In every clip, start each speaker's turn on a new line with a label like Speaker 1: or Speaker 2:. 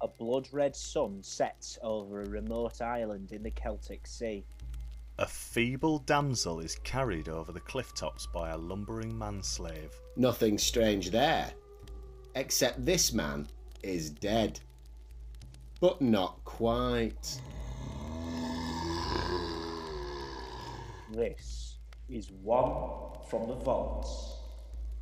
Speaker 1: a blood red sun sets over a remote island in the Celtic Sea.
Speaker 2: A feeble damsel is carried over the cliff tops by a lumbering manslave.
Speaker 3: Nothing strange there. Except this man is dead. But not quite.
Speaker 1: This is one from the vaults.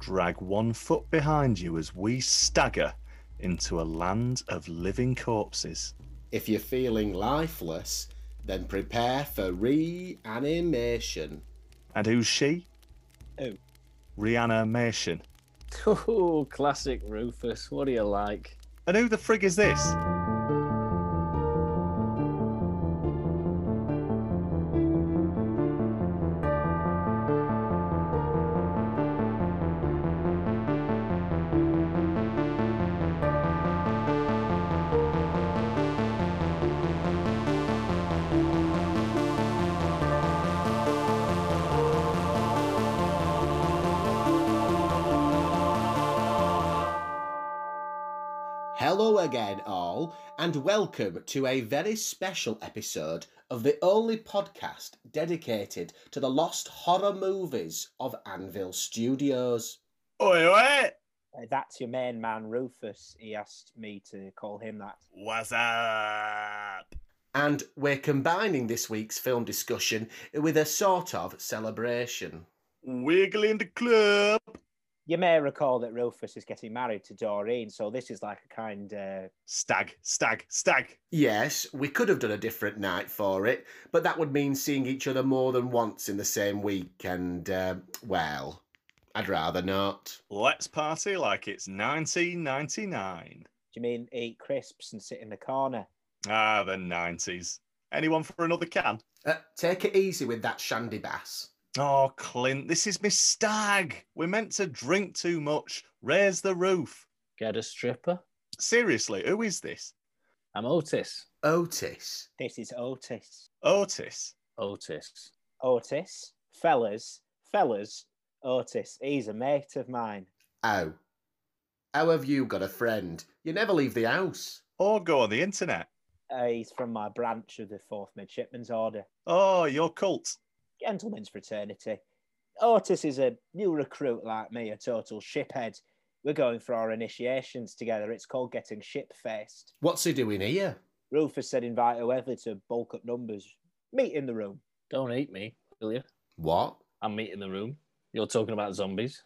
Speaker 2: Drag one foot behind you as we stagger into a land of living corpses.
Speaker 3: If you're feeling lifeless, then prepare for reanimation.
Speaker 2: And who's she?
Speaker 1: Who?
Speaker 2: Rihanna Mation.
Speaker 4: Oh, classic Rufus. What do you like?
Speaker 2: And who the frig is this?
Speaker 3: Hello again, all, and welcome to a very special episode of the only podcast dedicated to the lost horror movies of Anvil Studios.
Speaker 2: Oi, oi!
Speaker 1: Uh, that's your main man, Rufus. He asked me to call him that.
Speaker 2: What's up?
Speaker 3: And we're combining this week's film discussion with a sort of celebration.
Speaker 2: Wiggle in the club.
Speaker 1: You may recall that Rufus is getting married to Doreen, so this is like a kind uh,
Speaker 2: Stag, stag, stag.
Speaker 3: Yes, we could have done a different night for it, but that would mean seeing each other more than once in the same week, and, uh, well, I'd rather not.
Speaker 2: Let's party like it's 1999.
Speaker 1: do you mean eat crisps and sit in the corner?
Speaker 2: Ah, the 90s. Anyone for another can?
Speaker 3: Uh, take it easy with that shandy bass.
Speaker 2: Oh, Clint, this is Miss Stag. We're meant to drink too much. Raise the roof.
Speaker 4: Get a stripper?
Speaker 2: Seriously, who is this?
Speaker 4: I'm Otis.
Speaker 3: Otis.
Speaker 1: This is Otis.
Speaker 2: Otis.
Speaker 4: Otis.
Speaker 1: Otis, fellas, fellas, Otis. He's a mate of mine.
Speaker 3: Ow. Oh. How have you got a friend? You never leave the house.
Speaker 2: Or go on the internet.
Speaker 1: Uh, he's from my branch of the Fourth Midshipmen's Order,
Speaker 2: Oh, your cult.
Speaker 1: gentlemen's fraternity. Otis is a new recruit like me, a total shiphead. We're going for our initiations together. It's called getting ship faced.
Speaker 3: What's he doing here?
Speaker 1: Rufus said invite whoever to bulk up numbers. Meet in the room.
Speaker 4: Don't eat me, will you?
Speaker 3: What?
Speaker 4: I'm meeting the room. You're talking about zombies.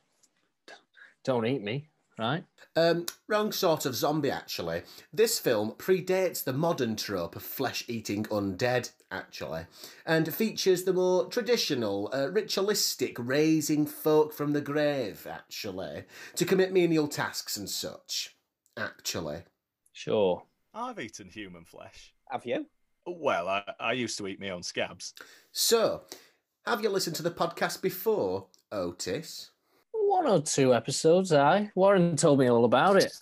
Speaker 4: Don't eat me, right?
Speaker 3: Um, wrong sort of zombie, actually. This film predates the modern trope of flesh eating undead, actually, and features the more traditional, uh, ritualistic raising folk from the grave, actually, to commit menial tasks and such. Actually.
Speaker 4: Sure.
Speaker 2: I've eaten human flesh.
Speaker 1: Have you?
Speaker 2: Well, I, I used to eat my own scabs.
Speaker 3: So, have you listened to the podcast before, Otis?
Speaker 4: One or two episodes, aye. Warren told me all about it.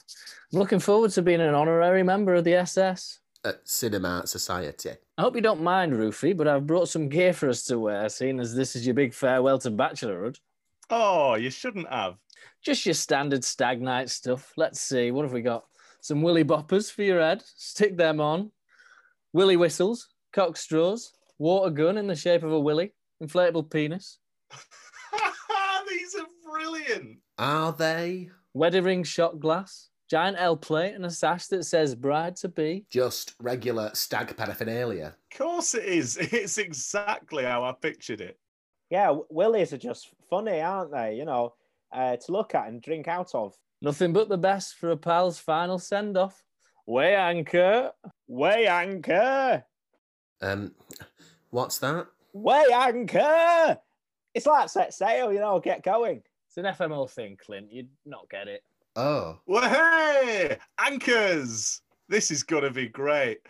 Speaker 4: I'm looking forward to being an honorary member of the SS.
Speaker 3: At Cinema Society.
Speaker 4: I hope you don't mind, Rufy, but I've brought some gear for us to wear, seeing as this is your big farewell to bachelorhood.
Speaker 2: Oh, you shouldn't have.
Speaker 4: Just your standard stag night stuff. Let's see, what have we got? Some willy boppers for your head. Stick them on. Willy whistles, cock straws, water gun in the shape of a willy, inflatable penis,
Speaker 2: These are brilliant.
Speaker 3: Are they
Speaker 4: wedding ring shot glass, giant L plate, and a sash that says bride to be.
Speaker 3: just regular stag paraphernalia?
Speaker 2: Of course it is. It's exactly how I pictured it.
Speaker 1: Yeah, w- Willies are just funny, aren't they? You know, uh, to look at and drink out of.
Speaker 4: Nothing but the best for a pal's final send off. Way anchor.
Speaker 1: Way anchor!
Speaker 3: Um, what's that?
Speaker 1: Way anchor! It's like set sail, you know, get going.
Speaker 4: It's an FMO thing, Clint. You'd not get it.
Speaker 3: Oh,
Speaker 2: Hey, anchors! This is gonna be great.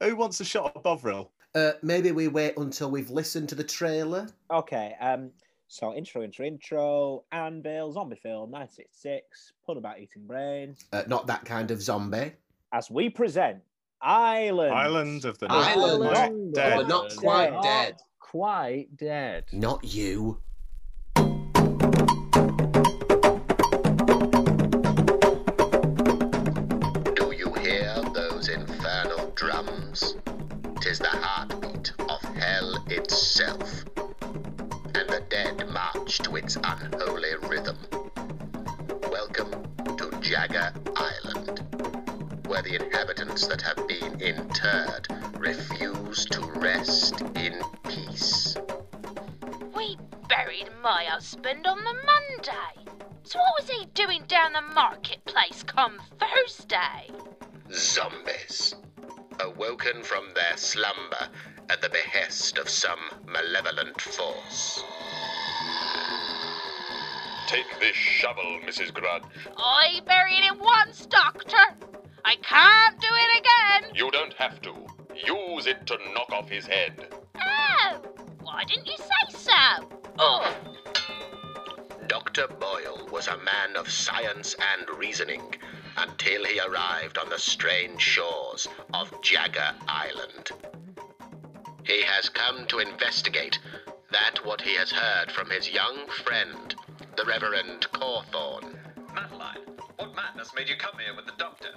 Speaker 2: Who wants a shot of Bovril?
Speaker 3: uh, maybe we wait until we've listened to the trailer.
Speaker 1: Okay, um, so intro, intro, intro, Anvil, zombie film, 966, pun about eating brains.
Speaker 3: Uh, not that kind of zombie.
Speaker 1: As we present Island.
Speaker 2: Island of the
Speaker 3: Island
Speaker 2: Not
Speaker 4: of the
Speaker 2: Dead.
Speaker 3: We're not
Speaker 4: Dead.
Speaker 3: quite dead.
Speaker 4: Quite dead.
Speaker 3: Not you.
Speaker 5: Do you hear those is the heartbeat of hell itself, and the dead march to its unholy rhythm. Welcome to Jagger Island, where the inhabitants that have been interred refuse to rest in peace.
Speaker 6: We buried my husband on the Monday. So what was he doing down the marketplace come Thursday?
Speaker 5: Zombies, awoken from their slumber at the behest of some malevolent force.
Speaker 7: Take this shovel, Mrs. Grudge.
Speaker 6: I buried him once, Doctor. I can't do it again.
Speaker 7: You don't have to. Use it to knock off his head.
Speaker 6: Oh, why didn't you say so? Oh,
Speaker 5: Dr. Boyle was a man of science and reasoning until he arrived on the strange shores of Jagger Island. He has come to investigate that what he has heard from his young friend, the Reverend Cawthorne.
Speaker 8: Madeline, what madness made you come here with the doctor?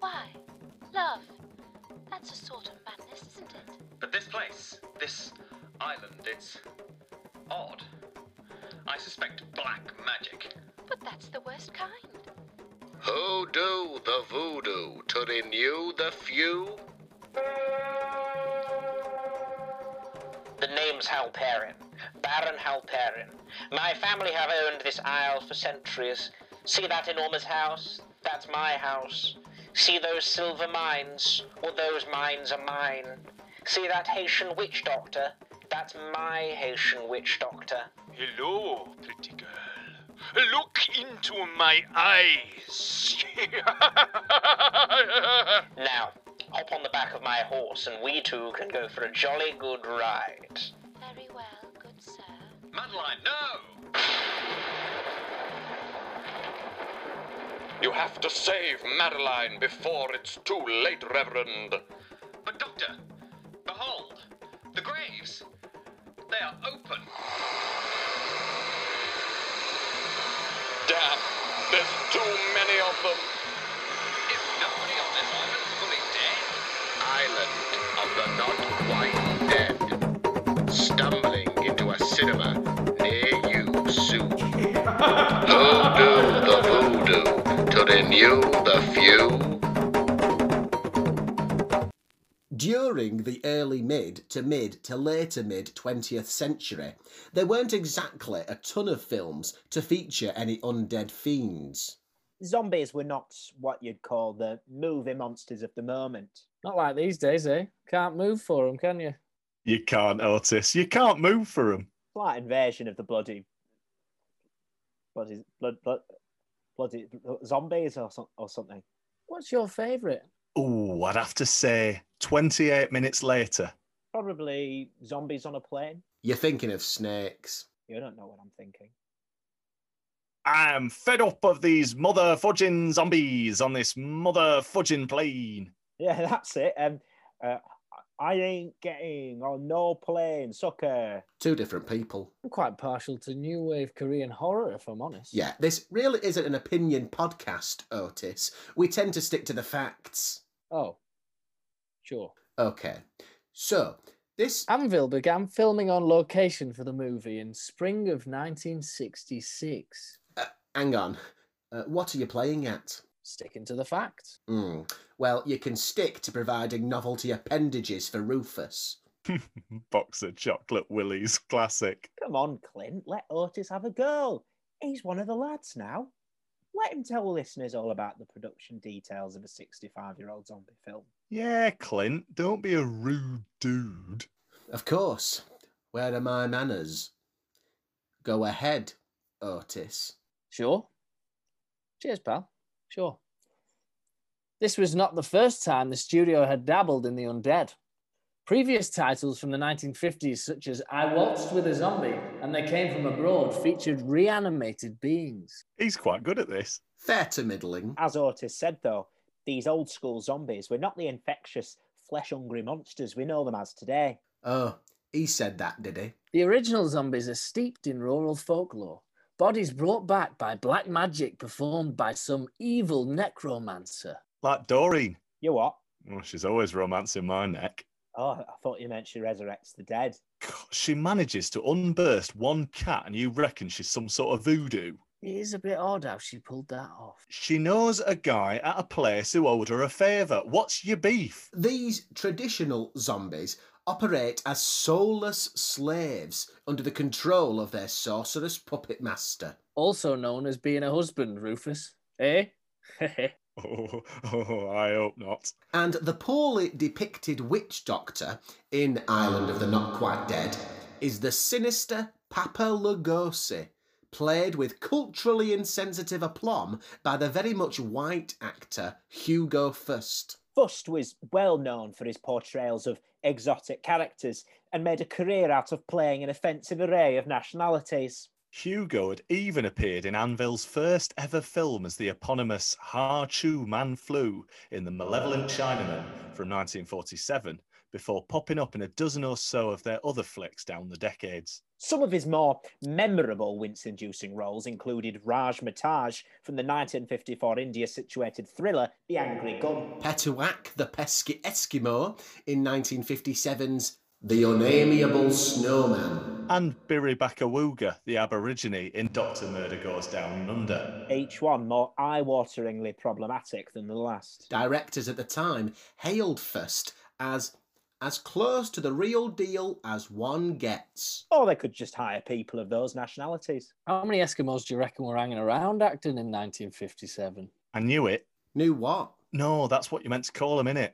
Speaker 6: why? Love, that's a sort of madness, isn't it?
Speaker 8: But this place, this island, it's odd. I suspect black magic.
Speaker 6: But that's the worst kind.
Speaker 5: Hoodoo the voodoo to renew the few?
Speaker 9: The name's Halperin, Baron Halperin. My family have owned this isle for centuries. See that enormous house? That's my house. See those silver mines? Well, those mines are mine. See that Haitian witch doctor? That's my Haitian witch doctor.
Speaker 10: Hello, pretty girl. Look into my eyes.
Speaker 9: Now, hop on the back of my horse and we two can go for a jolly good ride.
Speaker 6: Very well, good sir.
Speaker 8: Madeline, no!
Speaker 7: You have to save Madeline before it's too late, Reverend.
Speaker 8: But doctor, behold, the graves, they are open.
Speaker 7: Damn, there's too many of them.
Speaker 8: Is nobody on this island fully dead?
Speaker 5: Island of the Not Quite Dead. Stumbling into a cinema near you soon. Hoodoo the voodoo to renew the few?
Speaker 3: During the early mid to mid to later mid 20th century, there weren't exactly a ton of films to feature any undead fiends.
Speaker 1: Zombies were not what you'd call the movie monsters of the moment.
Speaker 4: Not like these days, eh? Can't move for them, can you?
Speaker 2: You can't, Otis. You can't move for them.
Speaker 1: Slight invasion of the bloody, bloody, blood, blood, bloody zombies or, some, or something.
Speaker 4: What's your favourite?
Speaker 2: Ooh, I'd have to say 28 minutes later.
Speaker 1: Probably zombies on a plane.
Speaker 3: You're thinking of snakes.
Speaker 1: You don't know what I'm thinking.
Speaker 2: I am fed up of these mother fudging zombies on this mother fudging plane.
Speaker 1: Yeah, that's it. Um, uh, I ain't getting on no plane, sucker.
Speaker 3: Two different people.
Speaker 4: I'm quite partial to new wave Korean horror, if I'm honest.
Speaker 3: Yeah, this really isn't an opinion podcast, Otis. We tend to stick to the facts.
Speaker 4: Oh, sure.
Speaker 3: Okay. So, this.
Speaker 4: Anvil began filming on location for the movie in spring of 1966.
Speaker 3: Uh, hang on. Uh, what are you playing at?
Speaker 4: Sticking to the fact.
Speaker 3: Hmm. Well, you can stick to providing novelty appendages for Rufus.
Speaker 2: Box of chocolate willies, classic.
Speaker 1: Come on, Clint, let Otis have a go. He's one of the lads now. Let him tell listeners all about the production details of a 65 year old zombie film.
Speaker 2: Yeah, Clint, don't be a rude dude.
Speaker 3: Of course. Where are my manners? Go ahead, Otis.
Speaker 4: Sure. Cheers, pal. Sure. This was not the first time the studio had dabbled in the undead. Previous titles from the 1950s, such as I Waltzed with a Zombie and They Came from Abroad, featured reanimated beings.
Speaker 2: He's quite good at this.
Speaker 3: Fair to middling.
Speaker 1: As Otis said, though, these old school zombies were not the infectious, flesh hungry monsters we know them as today.
Speaker 3: Oh, he said that, did he?
Speaker 4: The original zombies are steeped in rural folklore, bodies brought back by black magic performed by some evil necromancer.
Speaker 2: Like Doreen.
Speaker 1: You what?
Speaker 2: Oh, she's always romancing my neck.
Speaker 1: Oh, I thought you meant she resurrects the dead.
Speaker 2: She manages to unburst one cat, and you reckon she's some sort of voodoo.
Speaker 4: It is a bit odd how she pulled that off.
Speaker 2: She knows a guy at a place who owed her a favour. What's your beef?
Speaker 3: These traditional zombies operate as soulless slaves under the control of their sorcerous puppet master.
Speaker 4: Also known as being a husband, Rufus. Eh?
Speaker 2: Oh, oh, I hope not.
Speaker 3: And the poorly depicted witch doctor in Island of the Not Quite Dead is the sinister Papa Lugosi, played with culturally insensitive aplomb by the very much white actor Hugo Fust.
Speaker 1: Fust was well known for his portrayals of exotic characters and made a career out of playing an offensive array of nationalities.
Speaker 2: Hugo had even appeared in Anvil's first ever film as the eponymous Ha Chu Man Flu in The Malevolent Chinaman from 1947, before popping up in a dozen or so of their other flicks down the decades.
Speaker 1: Some of his more memorable wince inducing roles included Raj Mataj from the 1954 India situated thriller The Angry Gun.
Speaker 3: Petuak the pesky Eskimo in 1957's The Unamiable Snowman.
Speaker 2: And Biribakawuga, the Aborigine in Dr. Murder Goes Down Under.
Speaker 1: Each one more eye wateringly problematic than the last.
Speaker 3: Directors at the time hailed Fust as as close to the real deal as one gets.
Speaker 1: Or they could just hire people of those nationalities.
Speaker 4: How many Eskimos do you reckon were hanging around Acton in 1957?
Speaker 2: I knew it.
Speaker 3: Knew what?
Speaker 2: No, that's what you meant to call him, innit?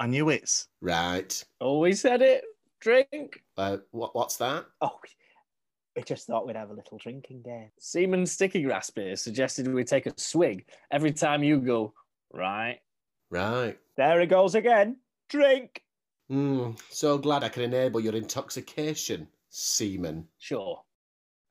Speaker 2: I knew it's.
Speaker 3: Right.
Speaker 4: Oh, we said it. Drink.
Speaker 3: Uh, what, what's that?
Speaker 1: Oh, we just thought we'd have a little drinking game.
Speaker 4: Seaman Sticky Grass Beer suggested we take a swig every time you go, right?
Speaker 3: Right.
Speaker 1: There it goes again. Drink.
Speaker 3: Mm, so glad I can enable your intoxication, seaman.
Speaker 4: Sure.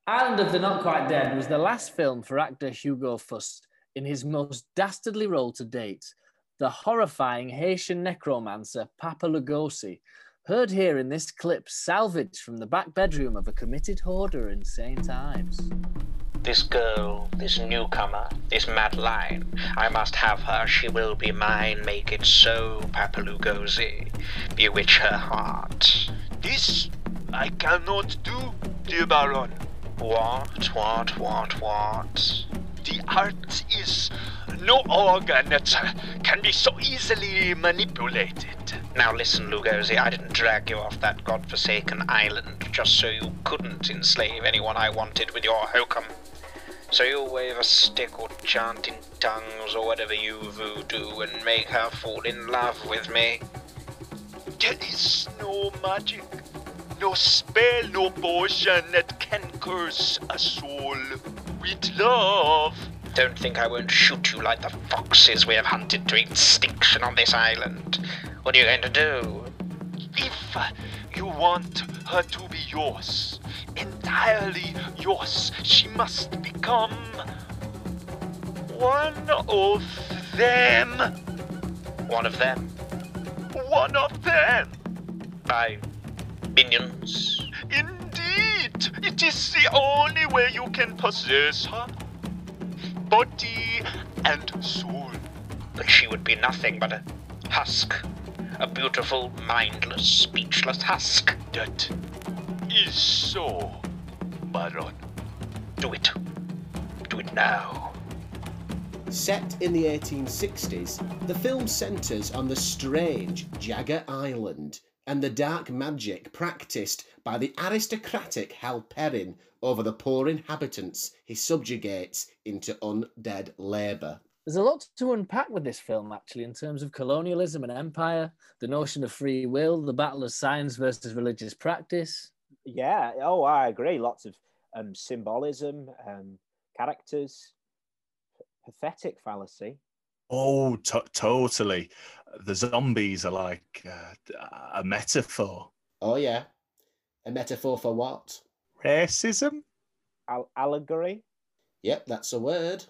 Speaker 4: Island of the Not Quite Dead was the last film for actor Hugo Fust in his most dastardly role to date, the horrifying Haitian necromancer Papa Lugosi, heard here in this clip salvaged from the back bedroom of a committed hoarder in St. Ives.
Speaker 9: This girl, this newcomer, this Madeline. I must have her, she will be mine, make it so, Papalugosi. Bewitch her heart.
Speaker 10: This I cannot do, dear Baron.
Speaker 9: What, what, what, what?
Speaker 10: The heart is no organ that can be so easily manipulated.
Speaker 9: Now listen, Lugosi, I didn't drag you off that godforsaken island just so you couldn't enslave anyone I wanted with your hokum. So you'll wave a stick or chant in tongues or whatever you voodoo and make her fall in love with me.
Speaker 10: There is no magic, no spell, no potion that can curse a soul with love.
Speaker 9: Don't think I won't shoot you like the foxes we have hunted to extinction on this island. What are you going to do?
Speaker 10: If you want her to be yours, entirely yours, she must become one of them.
Speaker 9: One of them.
Speaker 10: One of them.
Speaker 9: My minions.
Speaker 10: Indeed, it is the only way you can possess her body and soul.
Speaker 9: But she would be nothing but a husk. A beautiful, mindless, speechless husk.
Speaker 10: That is so, Baron.
Speaker 9: Do it. Do it now.
Speaker 3: Set in the 1860s, the film centres on the strange Jagger Island and the dark magic practiced by the aristocratic Halperin over the poor inhabitants he subjugates into undead labour.
Speaker 4: There's a lot to unpack with this film, actually, in terms of colonialism and empire, the notion of free will, the battle of science versus religious practice.
Speaker 1: Yeah. Oh, I agree. Lots of um, symbolism, um, characters, pathetic fallacy.
Speaker 2: Oh, t- totally. The zombies are like uh, a metaphor.
Speaker 3: Oh, yeah. A metaphor for what?
Speaker 2: Racism?
Speaker 1: Al- allegory?
Speaker 3: Yep, that's a word.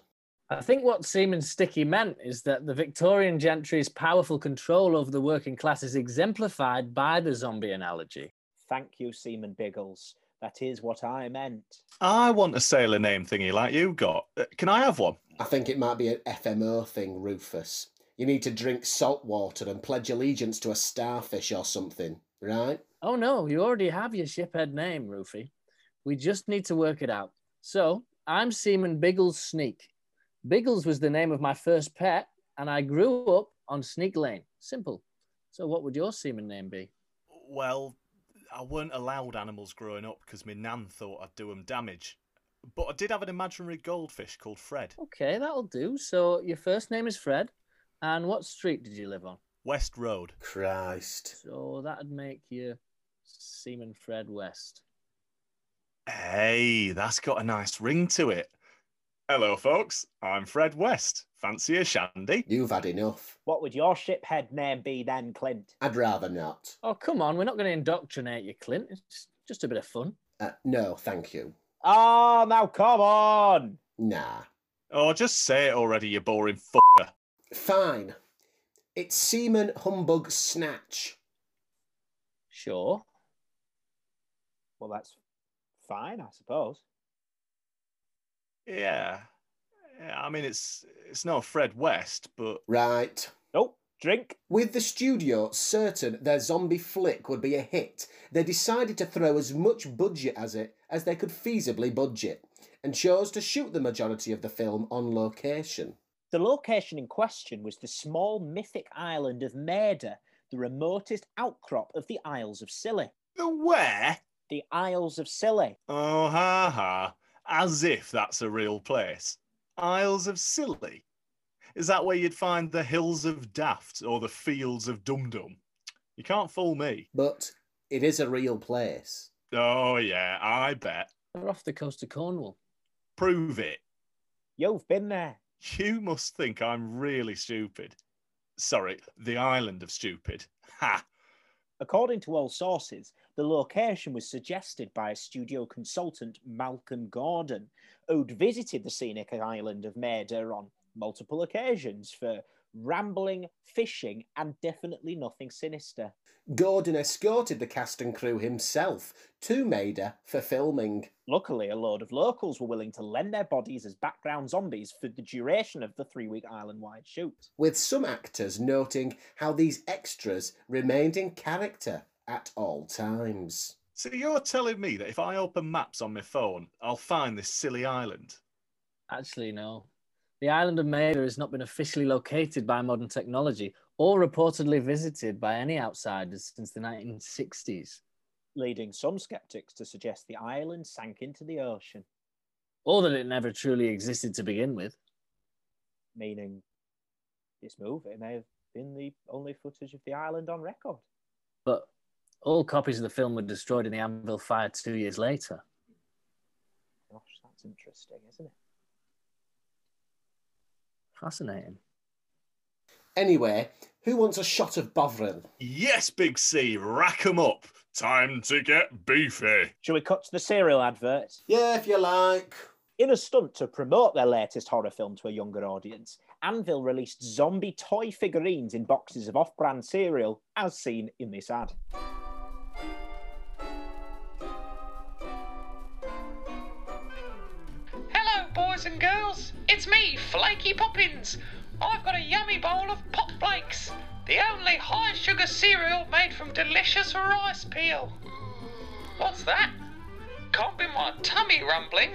Speaker 4: I think what Seaman Sticky meant is that the Victorian gentry's powerful control over the working class is exemplified by the zombie analogy.
Speaker 1: Thank you, Seaman Biggles. That is what I meant.
Speaker 2: I want a sailor name thingy like you got. Uh, Can I have one?
Speaker 3: I think it might be an FMO thing, Rufus. You need to drink salt water and pledge allegiance to a starfish or something. right?
Speaker 4: Oh no, you already have your shiphead name, Rufy. We just need to work it out. So I'm Seaman Biggles Sneak. Biggles was the name of my first pet, and I grew up on Sneak Lane. Simple. So what would your seaman name be?
Speaker 2: Well, I weren't allowed animals growing up because my nan thought I'd do 'em damage. But I did have an imaginary goldfish called Fred.
Speaker 4: Okay, that'll do. So your first name is Fred, and what street did you live on?
Speaker 2: West Road.
Speaker 3: Christ.
Speaker 4: So that'd make you Seaman Fred West.
Speaker 2: Hey, that's got a nice ring to it. Hello, folks. I'm Fred West. Fancy a shandy?
Speaker 3: You've had enough.
Speaker 1: What would your shiphead name be then, Clint?
Speaker 3: I'd rather not.
Speaker 4: Oh, come on, we're not going to indoctrinate you, Clint. It's just a bit of fun.
Speaker 3: Uh, no, thank you.
Speaker 1: Oh, now come on!
Speaker 3: Nah.
Speaker 2: Oh, just say it already, you boring fucker.
Speaker 3: Fine. It's Seaman Humbug Snatch.
Speaker 4: Sure.
Speaker 1: Well, that's fine, I suppose.
Speaker 2: Yeah. Yeah, I mean, it's it's not Fred West, but
Speaker 3: Right.
Speaker 1: Nope, Oh, drink.
Speaker 3: With the studio certain their zombie flick would be a hit, they decided to throw as much budget as it as they could feasibly budget, and chose to shoot the majority of the film on location.
Speaker 1: The location in question was the small mythic island of Maida, the remotest outcrop of the Isles of Scilly.
Speaker 2: the where?
Speaker 1: The Isles of Scilly.
Speaker 2: Oh, ha ha. As if that's a real place. Isles of Scilly. Is that where you'd find the hills of Daft or the fields of Dum Dum? You can't fool me.
Speaker 3: But it is a real place.
Speaker 2: Oh, yeah, I bet.
Speaker 4: We're off the coast of Cornwall.
Speaker 2: Prove it.
Speaker 1: You've been there.
Speaker 2: You must think I'm really stupid. Sorry, the island of stupid. Ha!
Speaker 1: According to all sources, the location was suggested by studio consultant Malcolm Gordon, who'd visited the scenic island of Maida on multiple occasions for rambling, fishing, and definitely nothing sinister.
Speaker 3: Gordon escorted the cast and crew himself to Maida for filming.
Speaker 1: Luckily, a load of locals were willing to lend their bodies as background zombies for the duration of the three week island wide shoot.
Speaker 3: with some actors noting how these extras remained in character at all times.
Speaker 2: So you're telling me that if I open maps on my phone, I'll find this silly island?
Speaker 4: Actually, no. The island of Maida has not been officially located by modern technology or reportedly visited by any outsiders since the 1960s,
Speaker 1: Leading some skeptics to suggest the island sank into the ocean,
Speaker 4: or that it never truly existed to begin with.
Speaker 1: meaning this movie may have been the only footage of the island on record.
Speaker 4: But all copies of the film were destroyed in the Anvil fire two years later.
Speaker 1: Gosh, that's interesting, isn't it?
Speaker 4: Fascinating.
Speaker 3: Anyway, who wants a shot of Bovril?
Speaker 2: Yes, Big C, rack 'em up. Time to get beefy.
Speaker 1: Shall we cut to the serial advert?
Speaker 3: Yeah, if you like.
Speaker 1: In a stunt to promote their latest horror film to a younger audience, Anvil released zombie toy figurines in boxes of off brand cereal, as seen in this ad.
Speaker 11: Hello, boys and girls. It's me, Flaky Poppins. I've got a yummy bowl of Pop Flakes, the only high sugar cereal made from delicious rice peel. What's that? Can't be my tummy rumbling.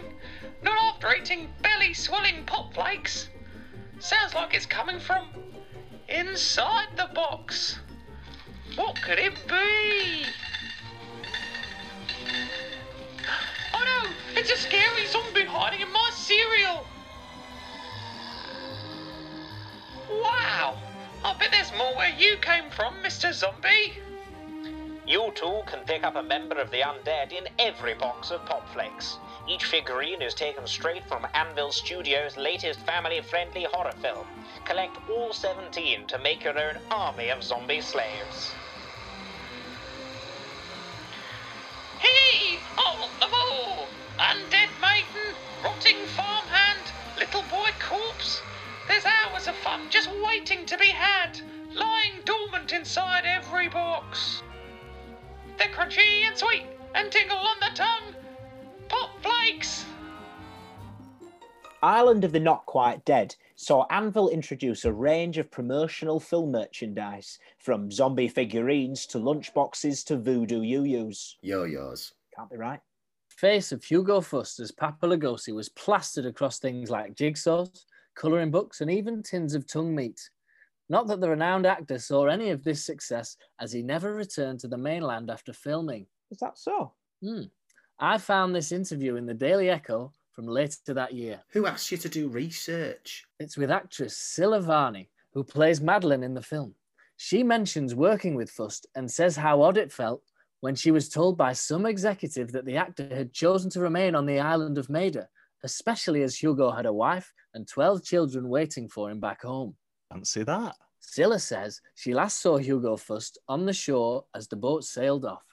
Speaker 11: Not after eating belly swelling Pop Flakes. Sounds like it's coming from inside the box. What could it be? Oh no! It's a scary zombie hiding in my cereal! Wow! I bet there's more where you came from, Mr. Zombie!
Speaker 9: You too can pick up a member of the undead in every box of Pop Flakes. Each figurine is taken straight from Anvil Studios' latest family friendly horror film. Collect all 17 to make your own army of zombie slaves.
Speaker 11: Hey! I want them all! Oh, Undead maiden, rotting farmhand, little boy corpse. There's hours of fun just waiting to be had, lying dormant inside every box. They're crunchy and sweet and tingle on the tongue. Pop flakes!
Speaker 1: Island of the Not Quite Dead saw Anvil introduce a range of promotional film merchandise, from zombie figurines to lunchboxes to voodoo yoo-yoos.
Speaker 3: Yo-yos.
Speaker 1: Can't be right.
Speaker 4: Face of Hugo Fust as Papa Lugosi was plastered across things like jigsaws, colouring books, and even tins of tongue meat. Not that the renowned actor saw any of this success, as he never returned to the mainland after filming.
Speaker 1: Is that so?
Speaker 4: Hmm. I found this interview in the Daily Echo from later that year.
Speaker 3: Who asked you to do research?
Speaker 4: It's with actress Silla Varney, who plays Madeline in the film. She mentions working with Fust and says how odd it felt when she was told by some executive that the actor had chosen to remain on the island of Maida, especially as Hugo had a wife and 12 children waiting for him back home.
Speaker 2: Fancy that.
Speaker 4: Silla says she last saw Hugo Fust on the shore as the boat sailed off.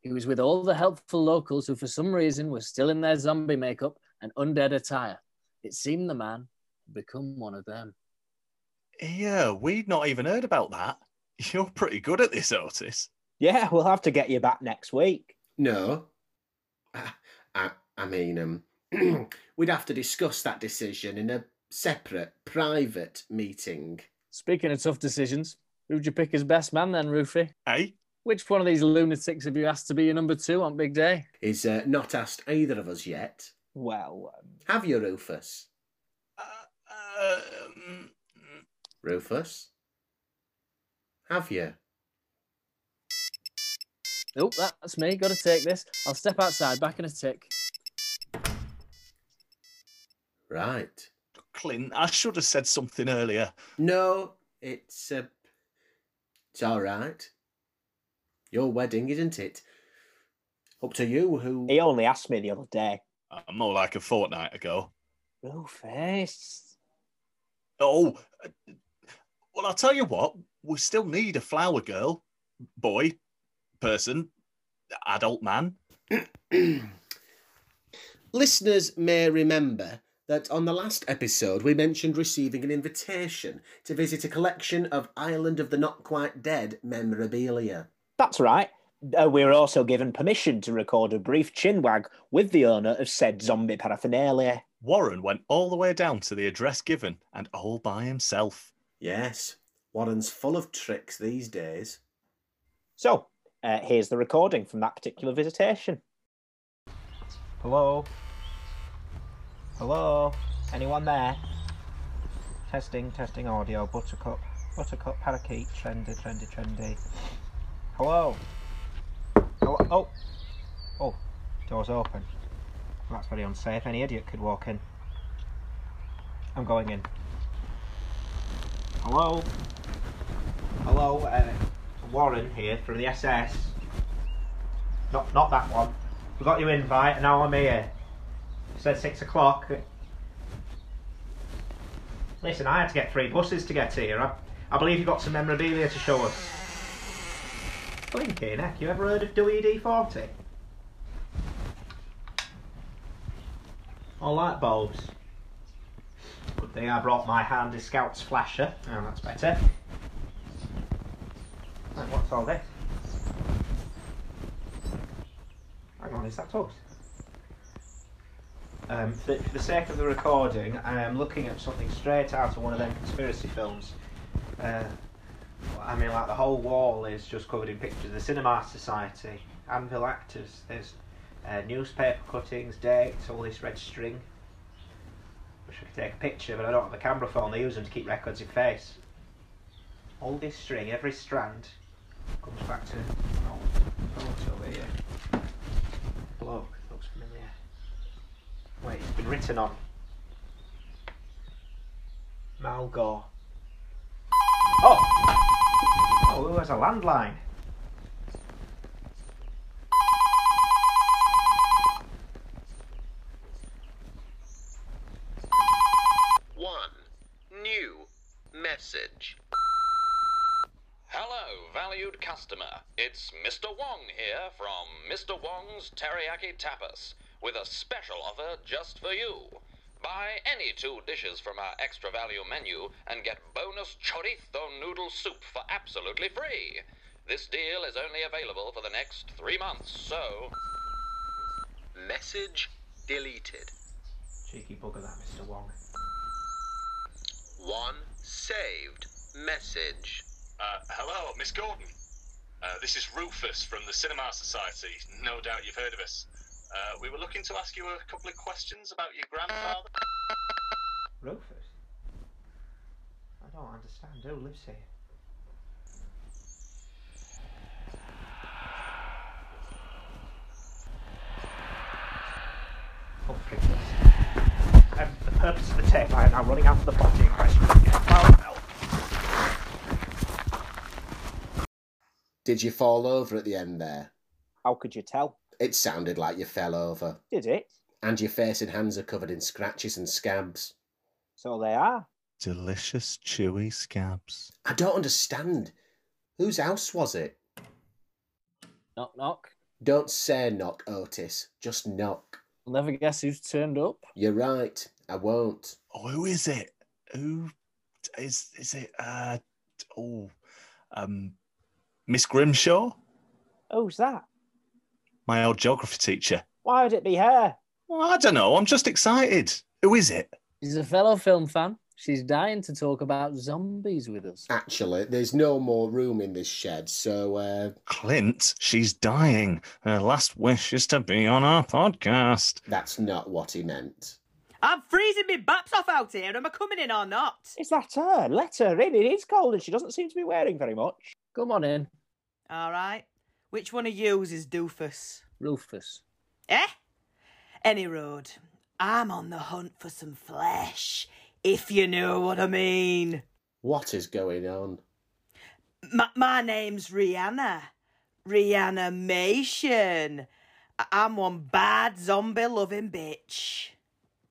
Speaker 4: He was with all the helpful locals who, for some reason, were still in their zombie makeup and undead attire. It seemed the man had become one of them.
Speaker 2: Yeah, we'd not even heard about that. You're pretty good at this, Otis.
Speaker 1: Yeah, we'll have to get you back next week.
Speaker 3: No. I, I, I mean, um, we'd have to discuss that decision in a separate, private meeting.
Speaker 4: Speaking of tough decisions, who'd you pick as best man then, Rufy?
Speaker 2: Hey?
Speaker 4: Which one of these lunatics have you asked to be your number two on Big Day?
Speaker 3: Is uh, not asked either of us yet.
Speaker 1: Well, um,
Speaker 3: Have you, Rufus?
Speaker 2: Uh, um,
Speaker 3: Rufus? Have you?
Speaker 4: nope, that's me. Got to take this. I'll step outside. Back in a tick.
Speaker 3: Right.
Speaker 2: Clint, I should have said something earlier.
Speaker 3: No, it's uh, it's all right. Your wedding, isn't it? Up to you. Who?
Speaker 1: He only asked me the other day.
Speaker 2: Uh, more like a fortnight ago.
Speaker 1: Rufus.
Speaker 2: Oh, uh, well, I'll tell you what. We still need a flower girl, boy, person, adult man.
Speaker 3: Listeners may remember that on the last episode we mentioned receiving an invitation to visit a collection of Island of the Not Quite Dead memorabilia.
Speaker 1: That's right. Uh, we were also given permission to record a brief chinwag with the owner of said zombie paraphernalia.
Speaker 2: Warren went all the way down to the address given and all by himself.
Speaker 3: Yes, Warren's full of tricks these days.
Speaker 1: So, uh, here's the recording from that particular visitation. Hello? Hello? Anyone there? Testing, testing audio. Buttercup, buttercup, parakeet, trendy, trendy, trendy. Hello? Hello? Oh! Oh, door's open. Well, that's very unsafe. Any idiot could walk in. I'm going in. Hello? Hello? Uh, Warren here from the SS. Not not that one. We got your invite and now I'm here. It said six o'clock. Listen, I had to get three buses to get here. I, I believe you got some memorabilia to show us. Blinking heck, you ever heard of WD 40? Or light bulbs? Good thing I brought my handy scout's flasher. Oh, that's better. Right, what's all this? Hang on, is that toast? Um, for, for the sake of the recording, I am looking at something straight out of one of them conspiracy films. Uh, I mean, like the whole wall is just covered in pictures of the Cinema Society, Anvil actors, there's uh, newspaper cuttings, dates, all this red string. Wish I could take a picture, but I don't have a camera phone. They use them to keep records in face. All this string, every strand, comes back to an old photo here. Bloke, looks familiar. Wait, it's been written on. Malgor. Oh! Oh, who has a landline?
Speaker 5: One new message.
Speaker 7: Hello, valued customer. It's Mr. Wong here from Mr. Wong's Teriyaki Tapas with a special offer just for you. Buy any two dishes from our extra value menu and get bonus chorizo noodle soup for absolutely free. This deal is only available for the next three months, so.
Speaker 5: Message deleted.
Speaker 1: Cheeky bugger that, Mr. Wong.
Speaker 5: one saved message.
Speaker 12: Uh, hello, Miss Gordon. Uh, this is Rufus from the Cinema Society. No doubt you've heard of us. Uh, we were looking to ask you a couple of questions about your grandfather.
Speaker 13: Rufus? I don't understand. Who lives here? Oh, goodness. Um, the purpose of the tape, I am now running out of the body in question.
Speaker 3: Did you fall over at the end there?
Speaker 1: How could you tell?
Speaker 3: It sounded like you fell over.
Speaker 1: Did it?
Speaker 3: And your face and hands are covered in scratches and scabs.
Speaker 1: So they are.
Speaker 2: Delicious, chewy scabs.
Speaker 3: I don't understand. Whose house was it?
Speaker 4: Knock, knock.
Speaker 3: Don't say knock, Otis. Just knock.
Speaker 4: I'll never guess who's turned up.
Speaker 3: You're right. I won't.
Speaker 2: Oh, who is it? Who is is it? Uh, oh, um, Miss Grimshaw,
Speaker 1: Who's that?
Speaker 2: my old geography teacher.
Speaker 1: Why would it be her?
Speaker 2: Well, I don't know. I'm just excited. Who is it?
Speaker 4: She's a fellow film fan. She's dying to talk about zombies with us.
Speaker 3: Actually, there's no more room in this shed, so uh,
Speaker 2: Clint. She's dying. Her last wish is to be on our podcast.
Speaker 3: That's not what he meant.
Speaker 14: I'm freezing me baps off out here. Am I coming in or not?
Speaker 1: Is that her? Let her in. It is cold and she doesn't seem to be wearing very much.
Speaker 4: Come on in.
Speaker 14: All right. Which one of yous is Doofus?
Speaker 4: Rufus.
Speaker 14: Eh? Any road. I'm on the hunt for some flesh, if you know what I mean.
Speaker 3: What is going on?
Speaker 14: M- my name's Rihanna. Reanimation. I- I'm one bad zombie loving bitch.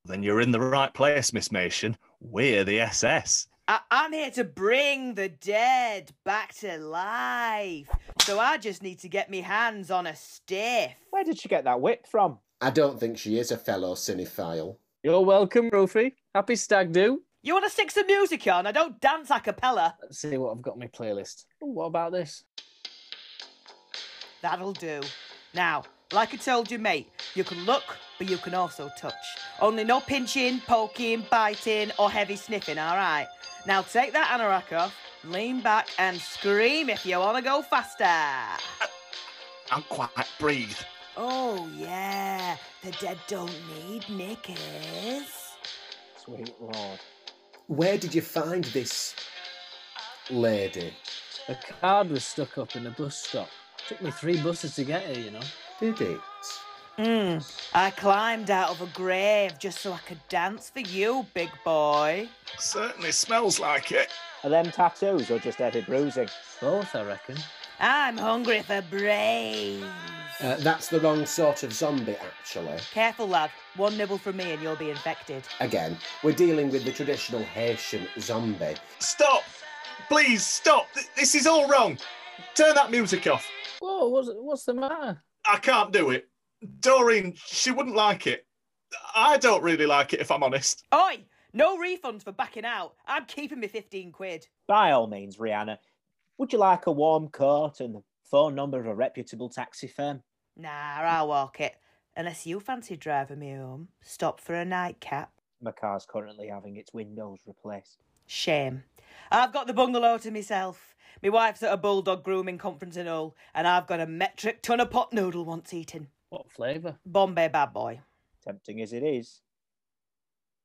Speaker 2: Then you're in the right place, Miss Mason. We're the SS.
Speaker 14: I- I'm here to bring the dead back to life. So I just need to get me hands on a stiff.
Speaker 1: Where did she get that whip from?
Speaker 3: I don't think she is a fellow cinephile.
Speaker 4: You're welcome, Rufy. Happy stag do.
Speaker 14: You want to stick some music on? I don't dance a cappella.
Speaker 4: Let's see what I've got in my playlist. Oh, what about this?
Speaker 14: That'll do. Now, like I told you, mate, you can look, but you can also touch. Only no pinching, poking, biting, or heavy sniffing, alright? Now take that anorak off, lean back, and scream if you want to go faster.
Speaker 2: I'm quite breathe.
Speaker 14: Oh, yeah, the dead don't need knickers.
Speaker 1: Sweet lord.
Speaker 3: Where did you find this lady?
Speaker 4: The card was stuck up in a bus stop. Took me three buses to get here, you know.
Speaker 3: Did it?
Speaker 14: Mm, I climbed out of a grave just so I could dance for you, big boy.
Speaker 2: Certainly smells like it.
Speaker 1: Are them tattoos or just heavy bruising?
Speaker 4: Both, I reckon.
Speaker 14: I'm hungry for brains.
Speaker 3: Uh, that's the wrong sort of zombie, actually.
Speaker 14: Careful, lad. One nibble from me and you'll be infected.
Speaker 3: Again, we're dealing with the traditional Haitian zombie.
Speaker 2: Stop! Please stop! Th- This is all wrong. Turn that music off.
Speaker 4: Whoa, what's, what's the matter?
Speaker 2: I can't do it. Doreen, she wouldn't like it. I don't really like it, if I'm honest.
Speaker 14: Oi! No refunds for backing out. I'm keeping me 15 quid.
Speaker 1: By all means, Rihanna, would you like a warm coat and the phone number of a reputable taxi firm?
Speaker 14: Nah, I'll walk it. Unless you fancy driving me home. Stop for a nightcap.
Speaker 1: My car's currently having its windows replaced.
Speaker 14: Shame. I've got the bungalow to myself. My wife's at a bulldog grooming conference in Hull, and I've got a metric ton of pot noodle once eaten.
Speaker 4: What flavour?
Speaker 14: Bombay bad boy.
Speaker 1: Tempting as it is.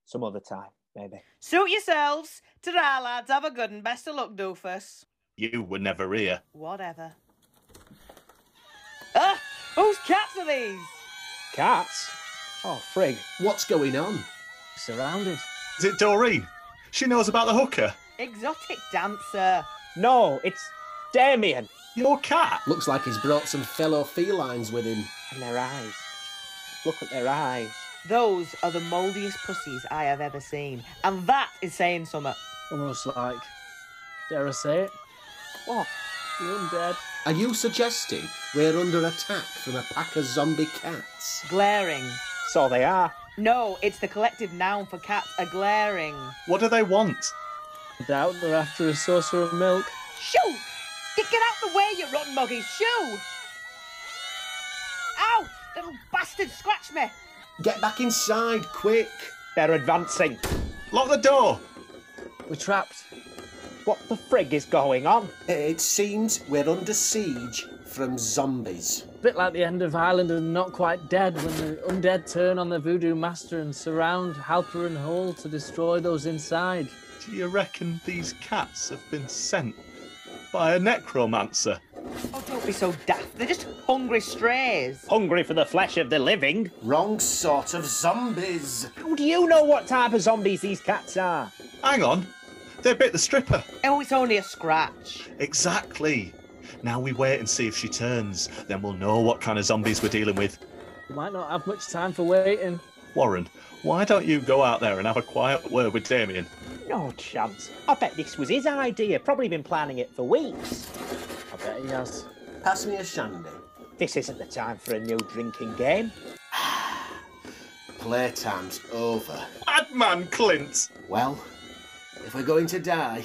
Speaker 1: Some other time, maybe.
Speaker 14: Suit yourselves. Ta-ra, lads. Have a good and best of luck, doofus.
Speaker 2: You were never here.
Speaker 14: Whatever. Ah! Whose cats are these?
Speaker 1: Cats? Oh, frig.
Speaker 3: What's going on?
Speaker 4: Surrounded.
Speaker 2: Is it Doreen? She knows about the hooker.
Speaker 14: Exotic dancer.
Speaker 1: No, it's Damien.
Speaker 2: Your cat?
Speaker 3: Looks like he's brought some fellow felines with him.
Speaker 1: And their eyes. Look at their eyes.
Speaker 14: Those are the mouldiest pussies I have ever seen. And that is saying something.
Speaker 4: Almost like, dare I say it?
Speaker 1: What?
Speaker 4: The undead.
Speaker 3: Are you suggesting we're under attack from a pack of zombie cats?
Speaker 14: Glaring.
Speaker 1: So they are.
Speaker 14: No, it's the collective noun for cats are glaring.
Speaker 2: What do they want?
Speaker 4: I doubt they're after a saucer of milk.
Speaker 14: Shoo! Get, get out the way, you rotten muggies! Shoo! Ow! Little bastard scratched me!
Speaker 3: Get back inside, quick!
Speaker 1: They're advancing.
Speaker 2: Lock the door.
Speaker 4: We're trapped.
Speaker 1: What the frig is going on?
Speaker 3: It seems we're under siege from zombies.
Speaker 4: Bit like the end of Island of the Not Quite Dead, when the undead turn on their voodoo master and surround Halper and Hall to destroy those inside.
Speaker 2: Do you reckon these cats have been sent by a necromancer?
Speaker 14: Oh, don't be so daft. They're just hungry strays.
Speaker 1: Hungry for the flesh of the living?
Speaker 3: Wrong sort of zombies.
Speaker 1: How do you know what type of zombies these cats are?
Speaker 2: Hang on, they bit the stripper.
Speaker 14: Oh, it's only a scratch.
Speaker 2: Exactly. Now we wait and see if she turns, then we'll know what kind of zombies we're dealing with.
Speaker 4: We might not have much time for waiting.
Speaker 2: Warren, why don't you go out there and have a quiet word with Damien?
Speaker 1: No chance. I bet this was his idea. Probably been planning it for weeks.
Speaker 4: I bet he has.
Speaker 3: Pass me a shandy.
Speaker 1: This isn't the time for a new drinking game.
Speaker 3: Playtime's over.
Speaker 2: Madman Clint!
Speaker 3: Well, if we're going to die,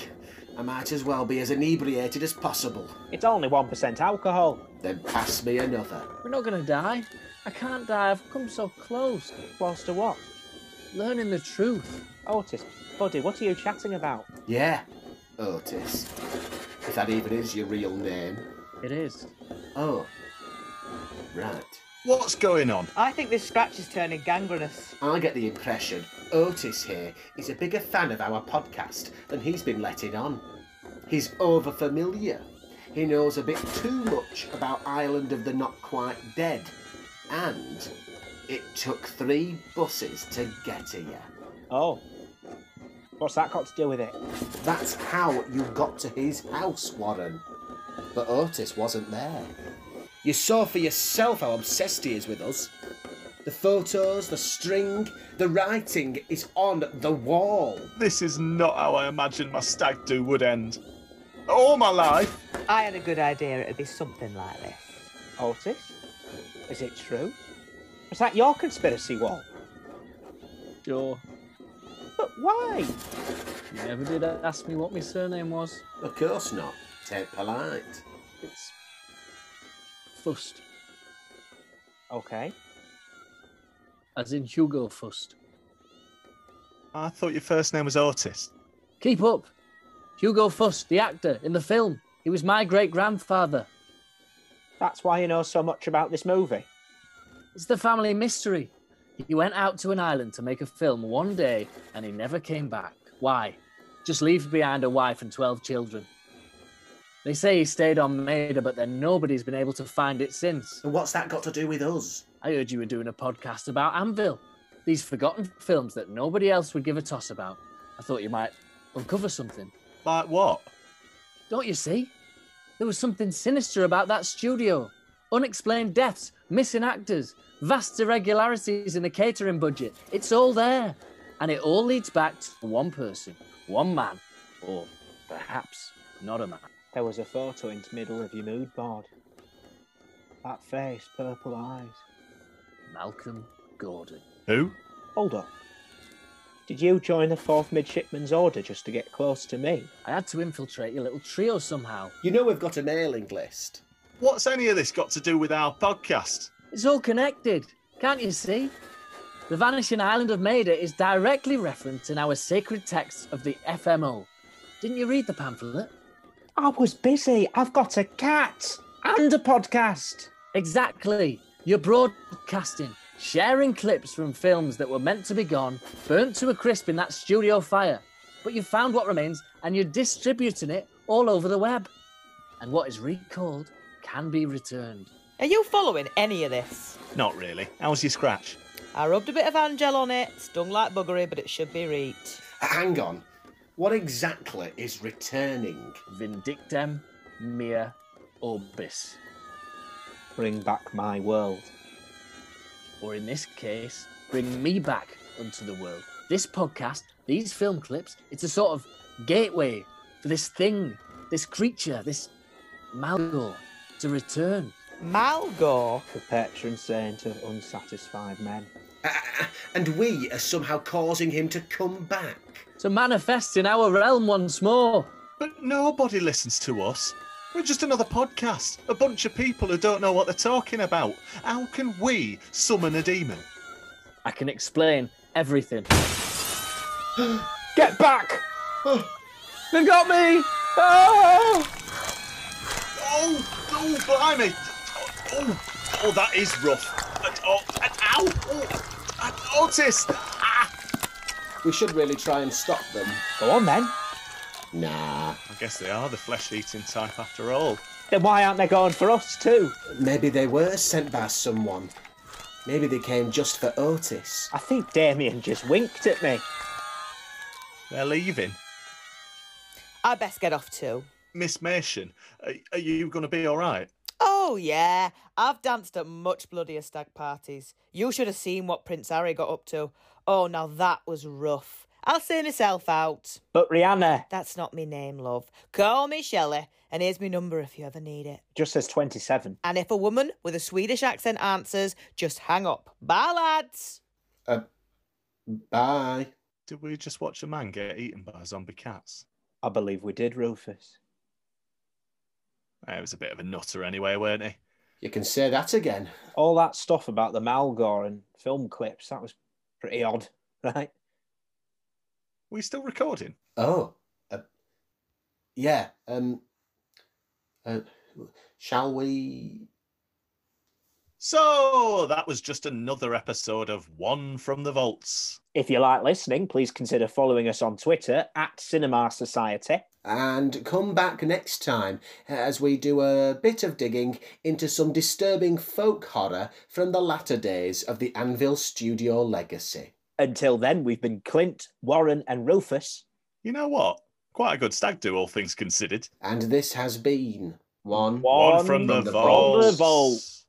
Speaker 3: I might as well be as inebriated as possible.
Speaker 1: It's only 1% alcohol.
Speaker 3: Then pass me another.
Speaker 4: We're not going to die. I can't die. I've come so close.
Speaker 1: Whilst to what?
Speaker 4: Learning the truth.
Speaker 1: Otis, buddy, what are you chatting about?
Speaker 3: Yeah, Otis. If that even is your real name.
Speaker 4: It is.
Speaker 3: Oh. Right.
Speaker 2: What's going on?
Speaker 14: I think this scratch is turning gangrenous.
Speaker 3: I get the impression Otis here is a bigger fan of our podcast than he's been letting on. He's overfamiliar. He knows a bit too much about Island of the Not Quite Dead. And it took three buses to get here.
Speaker 1: Oh. What's that got to do with it?
Speaker 3: That's how you got to his house, Warren. But Otis wasn't there. You saw for yourself how obsessed he is with us. The photos, the string, the writing is on the wall.
Speaker 2: This is not how I imagined my stag do would end. All my life.
Speaker 14: I had a good idea it'd be something like this.
Speaker 1: Otis? Is it true? Is that your conspiracy wall?
Speaker 4: Sure.
Speaker 1: But why?
Speaker 4: You never did ask me what my surname was.
Speaker 3: Of course not. Take polite.
Speaker 4: It's Fust.
Speaker 1: Okay.
Speaker 4: As in Hugo Fust.
Speaker 2: I thought your first name was Otis.
Speaker 4: Keep up. Hugo Fust, the actor in the film. He was my great grandfather.
Speaker 1: That's why you know so much about this movie.
Speaker 4: It's the family mystery. He went out to an island to make a film one day and he never came back. Why? Just leave behind a wife and 12 children. They say he stayed on Maida, but then nobody's been able to find it since.
Speaker 3: And what's that got to do with us?
Speaker 4: I heard you were doing a podcast about Anvil, these forgotten films that nobody else would give a toss about. I thought you might uncover something.
Speaker 2: Like what?
Speaker 4: Don't you see? There was something sinister about that studio. Unexplained deaths, missing actors, vast irregularities in the catering budget. It's all there. And it all leads back to one person, one man, or perhaps not a man.
Speaker 1: There was a photo in the middle of your mood board. That face, purple eyes.
Speaker 4: Malcolm Gordon.
Speaker 2: Who?
Speaker 1: Hold up. Did you join the fourth midshipman's order just to get close to me?
Speaker 4: I had to infiltrate your little trio somehow.
Speaker 3: You know we've got a mailing list.
Speaker 2: What's any of this got to do with our podcast?
Speaker 4: It's all connected. Can't you see? The Vanishing Island of Maida is directly referenced in our sacred texts of the FMO. Didn't you read the pamphlet?
Speaker 1: I was busy. I've got a cat and a podcast.
Speaker 4: Exactly. You're broadcasting, sharing clips from films that were meant to be gone, burnt to a crisp in that studio fire. But you found what remains and you're distributing it all over the web. And what is recalled can be returned.
Speaker 14: Are you following any of this?
Speaker 2: Not really. How's your scratch?
Speaker 14: I rubbed a bit of Angel on it, stung like buggery, but it should be reeked.
Speaker 3: Uh, Hang on. What exactly is returning?
Speaker 4: Vindictem mea orbis.
Speaker 1: Bring back my world.
Speaker 4: Or in this case, bring me back unto the world. This podcast, these film clips, it's a sort of gateway for this thing, this creature, this Malgor to return.
Speaker 14: Malgor?
Speaker 1: The patron saint of unsatisfied men.
Speaker 3: Uh, and we are somehow causing him to come back.
Speaker 4: To manifest in our realm once more.
Speaker 2: But nobody listens to us. We're just another podcast, a bunch of people who don't know what they're talking about. How can we summon a demon?
Speaker 4: I can explain everything.
Speaker 1: Get back!
Speaker 4: They've got me! Oh!
Speaker 2: Oh, oh, blimey! Oh, oh, that is rough. And, oh, and, ow! Oh, and Ah. Otis!
Speaker 3: We should really try and stop them.
Speaker 1: Go on then.
Speaker 3: Nah.
Speaker 2: I guess they are the flesh-eating type after all.
Speaker 1: Then why aren't they going for us too?
Speaker 3: Maybe they were sent by someone. Maybe they came just for Otis.
Speaker 1: I think Damien just winked at me.
Speaker 2: They're leaving.
Speaker 14: I best get off too.
Speaker 2: Miss Mason, are, are you going to be all right?
Speaker 14: Oh, yeah. I've danced at much bloodier stag parties. You should have seen what Prince Harry got up to. Oh, now that was rough. I'll see myself out.
Speaker 1: But Rihanna
Speaker 14: That's not me name, love. Call me Shelley, and here's my number if you ever need it.
Speaker 1: just says 27.
Speaker 14: And if a woman with a Swedish accent answers, just hang up. Bye, lads.
Speaker 3: Bye.
Speaker 2: Did we just watch a man get eaten by zombie cats?
Speaker 1: I believe we did, Rufus.
Speaker 2: It was a bit of a nutter anyway, weren't he?
Speaker 3: You can say that again.
Speaker 1: All that stuff about the Malgor and film clips, that was pretty odd, right?
Speaker 2: We still recording?
Speaker 3: Oh, uh, yeah. Um, uh, shall we?
Speaker 2: So that was just another episode of One from the Vaults.
Speaker 1: If you like listening, please consider following us on Twitter at Cinema Society.
Speaker 3: And come back next time as we do a bit of digging into some disturbing folk horror from the latter days of the Anvil Studio legacy.
Speaker 1: Until then, we've been Clint, Warren, and Rufus.
Speaker 2: You know what? Quite a good stag do, all things considered.
Speaker 3: And this has been one.
Speaker 2: One from the vaults.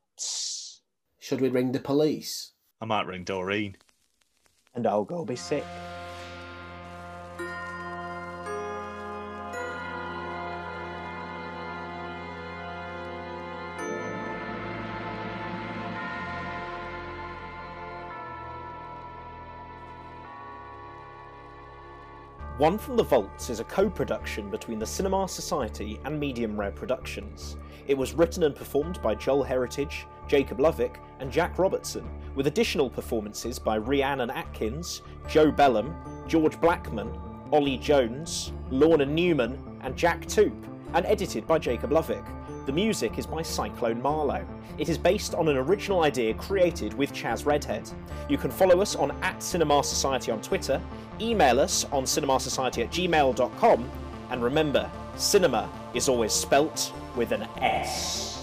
Speaker 3: Should we ring the police?
Speaker 2: I might ring Doreen.
Speaker 1: And I'll go be sick. One from the Vaults is a co production between the Cinema Society and Medium Rare Productions. It was written and performed by Joel Heritage, Jacob Lovick, and Jack Robertson, with additional performances by Rhiannon Atkins, Joe Bellum, George Blackman, Ollie Jones, Lorna Newman, and Jack Toop, and edited by Jacob Lovick. The music is by Cyclone Marlowe. It is based on an original idea created with Chaz Redhead. You can follow us on at Cinema Society on Twitter, email us on cinemasociety at gmail.com, and remember, cinema is always spelt with an S.